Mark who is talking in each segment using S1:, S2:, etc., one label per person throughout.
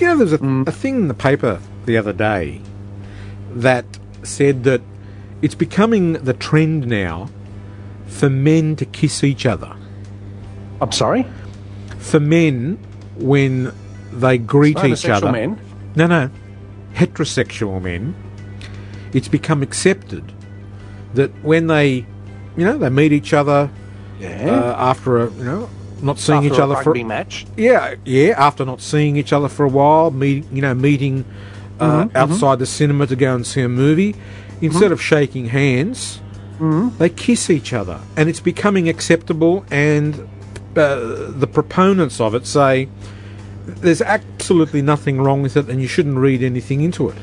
S1: You know, there was a, a thing in the paper the other day that said that it's becoming the trend now for men to kiss each other.
S2: I'm sorry?
S1: For men, when they greet each
S2: Homosexual
S1: other,
S2: men.
S1: no, no, heterosexual men, it's become accepted that when they, you know, they meet each other
S2: Yeah.
S1: uh, after a, you know, not seeing
S2: After
S1: each
S2: a
S1: other for
S2: rugby match.
S1: yeah, yeah. After not seeing each other for a while, meet, you know, meeting uh, outside the cinema to go and see a movie, instead of shaking hands, they kiss each other, and it's becoming acceptable. And uh, the proponents of it say there's absolutely nothing wrong with it, and you shouldn't read anything into it.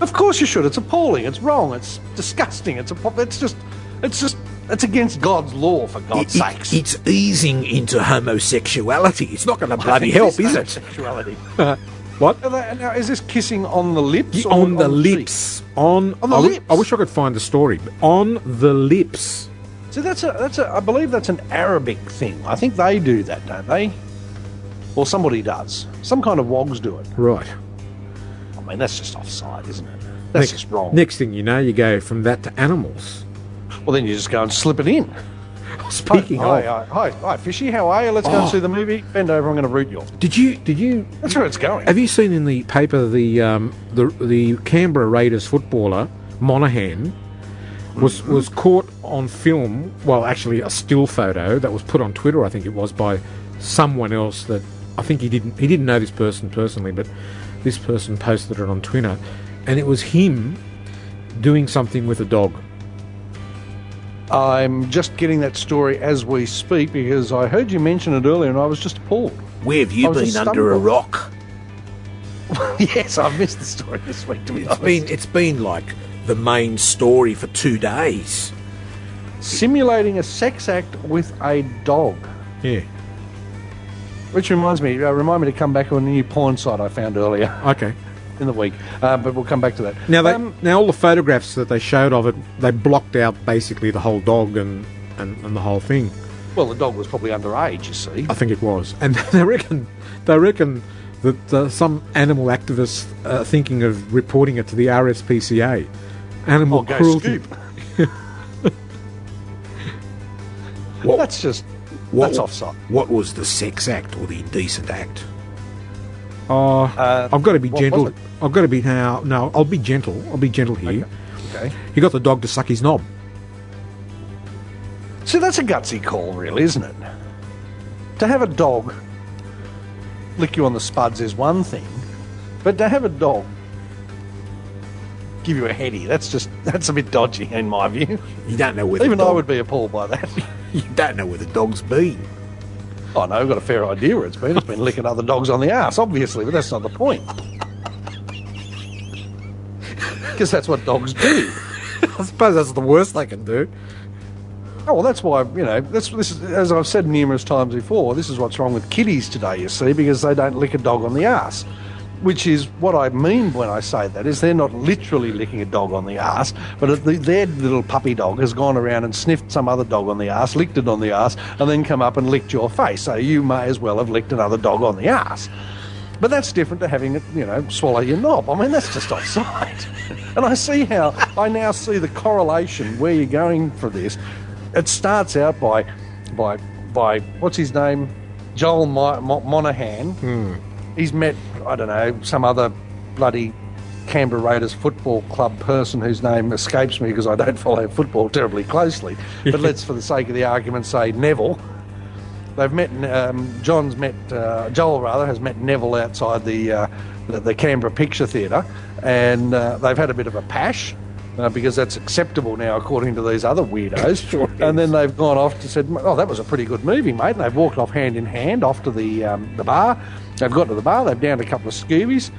S2: Of course you should. It's appalling. It's wrong. It's disgusting. It's appall- It's just. It's just. It's against God's law, for God's sakes.
S1: it's easing into homosexuality. It's not going to bloody
S2: Sexuality.
S1: What?
S2: Now, is this kissing on the lips? or
S1: on the
S2: cheek?
S1: lips. On,
S2: On the
S1: I wi-
S2: lips.
S1: I wish I could find the story. But on the lips.
S2: So that's a that's a I believe that's an Arabic thing. I think they do that, don't they? Or somebody does. Some kind of wogs do it.
S1: Right.
S2: I mean, that's just offside, isn't it?
S1: next,
S2: That's just wrong.
S1: Next thing you know, you go from that to animals.
S2: Well, then you just go and slip it in.
S1: Speaking
S2: hi,
S1: of,
S2: hi, hi, hi, fishy. How are you? Let's go and see the movie. Bend over. I'm going to root you off.
S1: did you did you
S2: Oh. That's where it's going.
S1: have you seen in the paper the um, the the Canberra Raiders footballer Monaghan was
S3: Mm-hmm.
S1: was caught on film. Well, actually, a still photo that was put on Twitter. I think it was by someone else that I think he didn't he didn't know this person personally, but this person posted it on Twitter, and it was him doing something with a dog.
S2: I'm just getting that story as we speak because I heard you mention it earlier, and I was just appalled.
S3: Where have
S2: I
S3: you
S2: was
S3: been
S2: just
S3: under a
S2: stumbled.
S3: rock?
S2: yes, I missed the story this week. To be
S3: It's
S2: honest,
S3: been it's been like the main story for two days.
S2: simulating a sex act with a dog.
S1: Yeah.
S2: Which reminds me, uh, remind me to come back on a new porn site I found earlier
S1: Okay.
S2: in the week. Uh, but we'll come back to that.
S1: Now, they,
S2: Um,
S1: now all the photographs that they showed of it, they blocked out basically the whole dog and, and, and the whole thing.
S2: well, the dog was probably underage, you see.
S1: I think it was, and they reckon they reckon that uh, some animal activists are thinking of reporting it to the RSPCA, animal
S2: Oh, go
S1: cruelty.
S2: scoop.
S3: What,
S2: That's just
S3: what-
S2: that's offside.
S3: What was the sex act or the indecent act?
S1: Oh, I've got to be
S2: Uh, what
S1: gentle.
S2: was it?
S1: I've got to be now. No, I'll be gentle. I'll be gentle here.
S2: Okay.
S1: He got the dog to suck his knob.
S2: So that's a gutsy call, really, isn't it? To have a dog lick you on the spuds is one thing, but to have a dog give you a heady, that's just that's a bit dodgy in my view.
S3: You don't know where
S2: Even
S3: the
S2: I
S3: dog,
S2: would be appalled by that.
S3: You don't know where the dog's been.
S2: I know, I've got a fair idea where it's been. It's been licking other dogs on the ass, obviously, but that's not the point. Because that's what dogs do.
S1: I suppose that's the worst they can do.
S2: Oh, well, that's why, you know, that's, this is, as I've said numerous times before, this is what's wrong with kiddies today, you see, because they don't lick a dog on the ass. Which is what I mean when I say that, is they're not literally licking a dog on the ass, but if the, their little puppy dog has gone around and sniffed some other dog on the ass, licked it on the ass, and then come up and licked your face. So you may as well have licked another dog on the ass. But that's different to having it, you know, swallow your knob. I mean, that's just offside. and I see how I now see the correlation where you're going for this. It starts out by, by, by what's his name, Joel Mo- Mo- Monaghan. He's met, I don't know, some other bloody Canberra Raiders football club person whose name escapes me because I don't follow football terribly closely. But let's, for the sake of the argument, say Neville. They've met. Um, John's met. Uh, Joel rather has met Neville outside the uh, the, the Canberra Picture Theatre, and uh, they've had a bit of a pash. Uh, because that's acceptable now, according to these other weirdos. and then they've gone off to said, "Oh, that was a pretty good movie, mate." And they've walked off hand in hand off to the um, the bar. They've got to the bar. They've downed a couple of scoobies.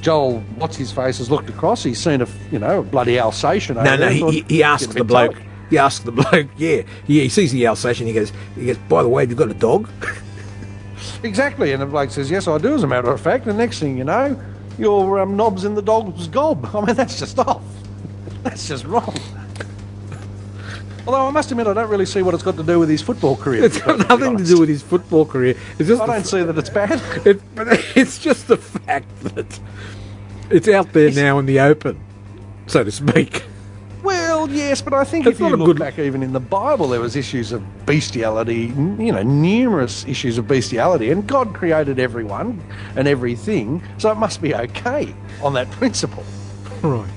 S2: Joel, what's his face, has looked across. He's seen a f- you know a bloody Alsatian.
S3: No, no, he, he, he asked the bloke. He asked the bloke. Yeah, yeah. He sees the Alsatian. He goes. He goes. By the way, have you got a dog?
S2: Exactly. And the bloke says, Yes, I do, as a matter of fact. The next thing you know, your um, knob's in the dog's gob. I mean, that's just off. That's just wrong. Although I must admit, I don't really see what it's got to do with his football career.
S1: It's got nothing to do with his football career. It's just
S2: I
S1: the
S2: don't see that it's bad.
S1: It, but it's just the fact that it's out there now in the open, so to speak.
S2: Well, yes, but I think
S1: It's
S2: if you
S1: not a
S2: look
S1: good-
S2: back even in the Bible, there was issues of bestiality, n- you know, numerous issues of bestiality, and God created everyone and everything, so it must be okay on that principle.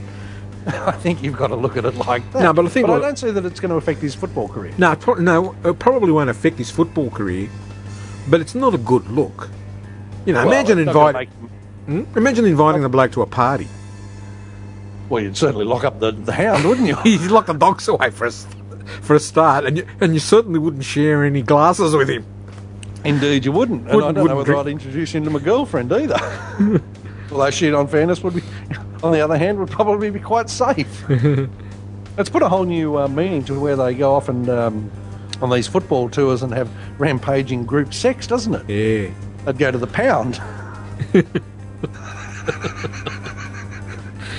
S1: Right.
S2: I think you've got to look at it like that.
S1: No, but I think
S2: but I
S1: what-
S2: don't see that it's going to affect his football career.
S1: No, it pro- no, it probably won't affect his football career, but it's not a good look. You know,
S2: Well,
S1: imagine
S2: it's not gonna
S1: inviting. Hmm? Imagine inviting the bloke to a party.
S2: make- well, you'd certainly lock up the, the hound, wouldn't you?
S1: He's locked the dogs away for a, s- for a start, and you, and you certainly wouldn't share any glasses with him.
S2: Indeed, you wouldn't. And I
S1: Wouldn't-
S2: don't know
S1: wouldn't
S2: whether
S1: drink-
S2: I'd introduce him to my girlfriend either. Although she, in fairness, would be, on the other hand, would probably be quite safe. It's put a whole new uh, meaning to where they go off and um, on these football tours and have rampaging group sex, doesn't it?
S1: Yeah.
S2: They'd go to the pound.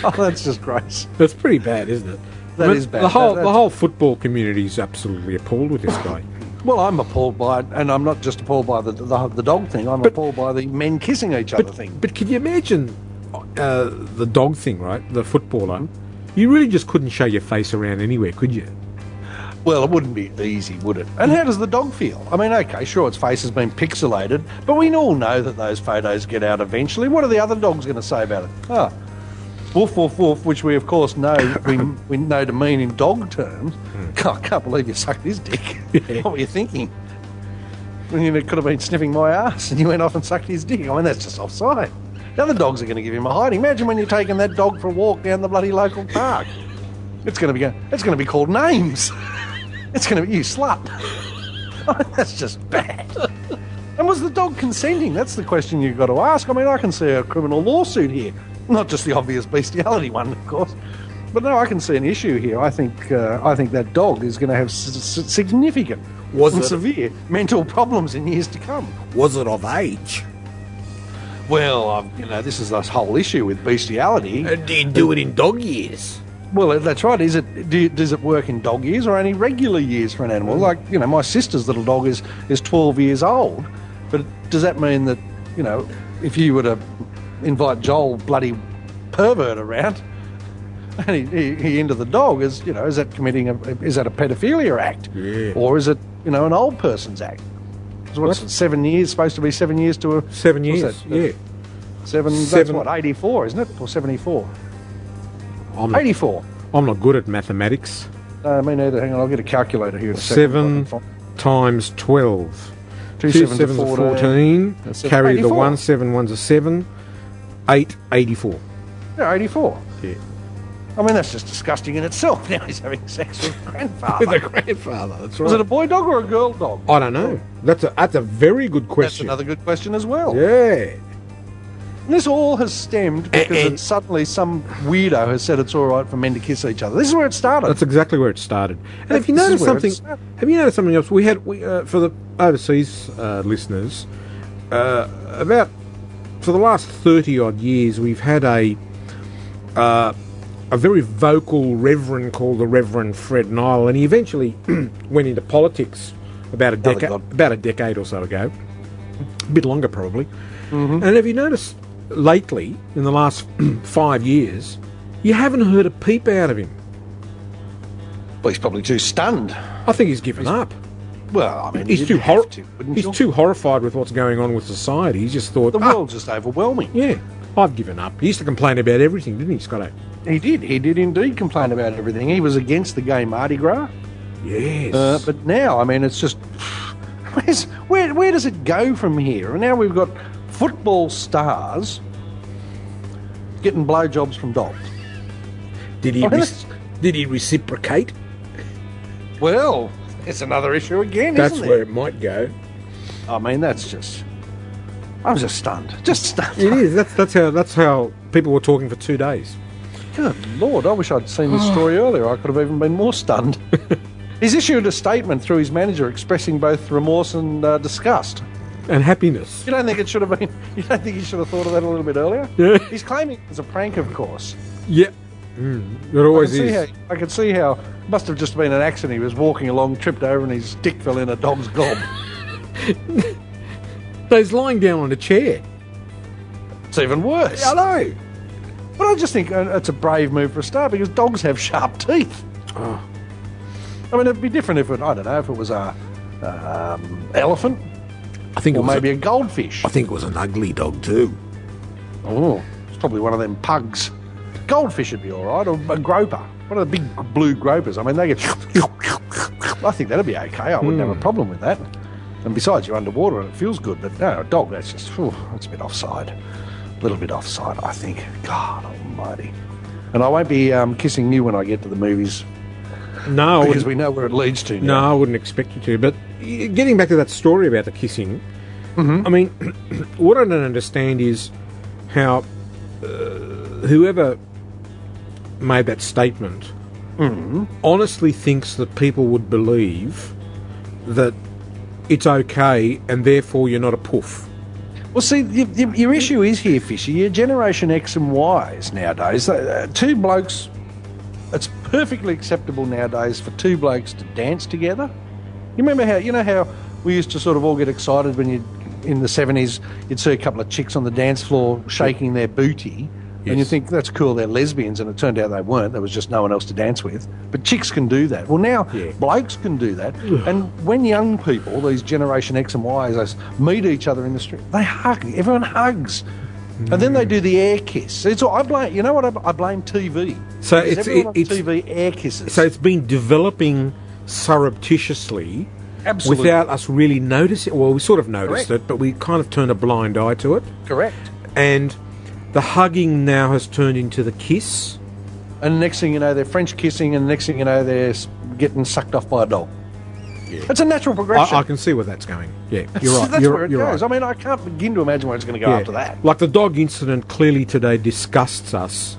S2: oh, that's just gross.
S1: That's pretty bad, isn't it?
S2: That
S1: That is
S2: is bad.
S1: The whole,
S2: That-
S1: the
S2: that's-
S1: whole football community is absolutely appalled with this guy.
S2: Well, I'm appalled by it, and I'm not just appalled by the the, the dog thing. I'm appalled by the men kissing each other thing.
S1: But can you imagine uh, the dog thing, right? The footballer. You really just couldn't show your face around anywhere, could you?
S2: Well, it wouldn't be easy, would it? And how does the dog feel? I mean, okay, sure, its face has been pixelated, but we all know that those photos get out eventually. What are the other dogs going to say about it? Ah, woof, woof, woof, which we, of course, know we, we know to mean in dog terms. God, I can't believe you sucked his dick. what were you thinking? I mean, it could have been sniffing my ass, and you went off and sucked his dick. I mean, that's just offside. The other dogs are going to give him a hiding. Imagine when you're taking that dog for a walk down the bloody local park. It's going to be go- it's going to be called names. It's going to be you slut. That's just bad. And was the dog consenting? That's the question you've got to ask. I mean, I can see a criminal lawsuit here, not just the obvious bestiality one, of course. But no, I can see an issue here. I think uh, I think that dog is going to have s- s- significant
S3: Was
S2: and
S3: it-
S2: severe mental problems in years to come.
S3: Was it of age?
S2: Well, I've, you know, this is this whole issue with bestiality.
S3: Uh, do you do it in dog years?
S2: Well, that's right. Is it do, you- does it work in dog years or only regular years for an
S1: Mm.
S2: animal? Like you know, my sister's little dog is is twelve years old, but does that mean that you know, if you were to invite Joel bloody pervert around and he, he, he into the dog is you know is that committing a is that a pedophilia act
S1: Yeah.
S2: or is it you know an old person's act? So What's
S1: What?
S2: it, seven years supposed to be seven years to a
S1: Seven
S2: what's
S1: years.
S2: that, uh,
S1: yeah.
S2: seven,
S1: Seven-
S2: That's what eighty four, isn't it? Or seventy four?
S1: I'm not,
S2: Eighty four.
S1: I'm not good at mathematics.
S2: No, me neither. Hang on, I'll get a calculator here in a
S1: Seven
S2: second.
S1: times 12.
S2: Two sevens are 14.
S1: 14.
S2: That's a-
S1: Carry the
S2: 84.
S1: 1, 7, 1's a 7. 8, 84.
S2: Yeah, 84.
S1: Yeah.
S2: I mean, that's just disgusting in itself. Now he's having sex with his grandfather.
S1: With a grandfather, that's
S2: Was
S1: right.
S2: it a boy dog or a girl dog?
S1: I don't know. That's a, that's a very good
S2: That's
S1: question.
S2: another good question as well.
S1: yeah.
S2: And this all has stemmed
S1: Eh,
S2: because
S3: and-
S2: it suddenly some weirdo has said it's all right for men to kiss each other. This is where it started.
S1: That's exactly where it started. And if you
S2: This is
S1: notice
S2: where it
S1: something,
S2: started.
S1: have you noticed something else? We had we, uh, for the overseas uh, listeners uh, about for the last thirty odd years, we've had a uh, a very vocal reverend called the Reverend Fred Nile, and he eventually went into politics about a
S2: Another
S1: decade
S2: god.
S1: about a decade or so ago, a bit longer probably.
S2: Mm-hmm.
S1: And have you noticed lately, in the last five years, you haven't heard a peep out of him?
S2: well, he's probably too stunned.
S1: I think he's given up.
S2: Well, I mean,
S1: He's
S2: you'd
S1: too
S2: have
S1: hor-
S2: to, wouldn't
S1: He's
S2: you?
S1: too horrified with what's going on with society. He just thought,
S2: The
S1: "Ah,
S2: world's just overwhelming.
S1: yeah, I've given up. He used to complain about everything, didn't he, Scotto?
S2: He did. He did indeed complain about everything. He was against the gay Mardi Gras.
S1: Yes.
S2: Uh, but now, I mean, it's just where's, where where does it go from here? And now we've got football stars getting blowjobs from dogs.
S3: Did he?
S2: Oh,
S3: re-
S2: that's-
S3: did he reciprocate?
S2: Well, it's another issue again,
S1: That's
S2: isn't
S1: where
S2: it?
S1: it might go.
S2: I mean, that's just. I was just stunned. Just stunned.
S1: It is. That's that's how that's how people were talking for two days.
S2: Good Lord, I wish I'd seen this story earlier. I could have even been more stunned. He's issued a statement through his manager expressing both remorse and uh, disgust.
S1: And happiness.
S2: You don't think it should have been? You don't think he should have thought of that a little bit earlier?
S1: Yeah.
S2: He's claiming it's a prank, of course.
S1: Yeah. Hmm. It always
S2: I can see
S1: is.
S2: how- I can see how must have just been an accident. He was walking along, tripped over, and his dick fell in a dog's gob.
S1: But he's lying down on a chair.
S2: it's even worse.
S3: I know.
S2: But I just think uh, it's a brave move for a start because dogs have sharp teeth. I mean, it'd be different if it, I don't know if it was a um, elephant
S3: I think
S2: or
S3: it was
S2: maybe
S3: A,
S2: a goldfish.
S3: I think it was an ugly dog too.
S2: Oh, it's probably one of them pugs. Goldfish would be all right, or a groper. One of the big blue gropers. I mean, they get. I think that'd be okay. I wouldn't have a problem with that. And besides, you're underwater and it feels good. But no, a dog, that's just. Whew, that's a bit offside. A little bit offside, I think. God almighty. And I won't be um, kissing you when I get to the movies
S1: No, I
S2: because
S1: wouldn't,
S2: we know where it leads to.
S1: Oh, no,
S2: Now.
S1: I wouldn't expect you to. But y- getting back to that story about the kissing,
S2: Mm-hmm.
S1: I mean, what I don't understand is how uh, whoever made that statement
S2: Mm-hmm.
S1: honestly thinks that people would believe that it's okay and therefore you're not a poof.
S2: Well, see, your, your, your issue is here, Fisher. Your Generation X and Y's nowadays, uh, two blokes, it's perfectly acceptable nowadays for two blokes to dance together. You remember how, you know how we used to sort of all get excited when you, in the 70s, you'd see a couple of chicks on the dance floor shaking their booty. And you
S1: Yes.
S2: think that's cool, they're lesbians, and it turned out they weren't. There was just no one else to dance with. But chicks can do that. Well, now
S1: Yeah.
S2: blokes can do that. and when young people, these Generation X and Ys, us, meet each other in the street, they hug. Everyone hugs. And
S1: Mm.
S2: then they do the air kiss. It's all, I blame. You know what? I, I blame TV.
S1: So it's-
S2: Because everyone
S1: it-
S2: on
S1: it's-
S2: TV air kisses.
S1: So it's been developing surreptitiously
S2: Absolutely.
S1: without us really noticing. Well, we sort of noticed
S2: Correct.
S1: it, but we kind of turned a blind eye to it.
S2: correct.
S1: And the hugging now has turned into the kiss.
S2: And next thing you know, they're French kissing, and next thing you know, they're s- getting sucked off by a dog. It's a natural progression.
S1: I, I can see where that's going. Yeah, you're right.
S2: That's
S1: you're
S2: where it
S1: you're
S2: goes.
S1: right.
S2: I mean, I can't begin to imagine where it's going to go
S1: Yeah.
S2: after that.
S1: Like the dog incident clearly today disgusts us.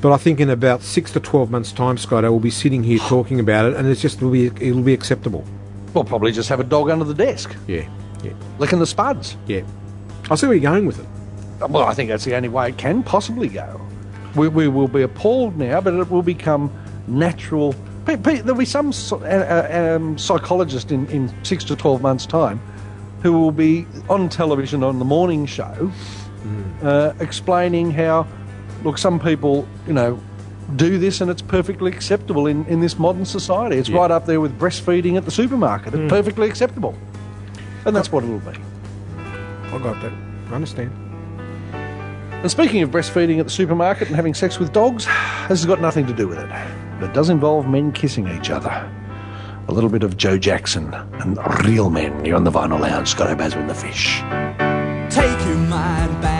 S1: But I think in about six to twelve months' time, Scott, I will be sitting here talking about it, and it's just it'll be it'll be acceptable.
S2: We'll probably just have a dog under the desk,
S1: Yeah, yeah,
S2: licking the spuds.
S1: yeah. I see where you're going with it.
S2: Well, I think that's the only way it can possibly go. We, we will be appalled now, but it will become natural. Pe- pe- There'll be some so- uh, uh, um, psychologist in, in six to 12 months' time who will be on television on the morning show uh, explaining how, look, some people, you know, do this and it's perfectly acceptable in, in this modern society. It's right up there with breastfeeding at the supermarket. It's perfectly acceptable. And that's what it'll be.
S1: I got that. I understand.
S2: And speaking of breastfeeding at the supermarket and having sex with dogs, this has got nothing to do with it. But it does involve men kissing each other. A little bit of Joe Jackson and real men. You're on the vinyl lounge, Scotty Baz with the fish.
S4: Take your mind back.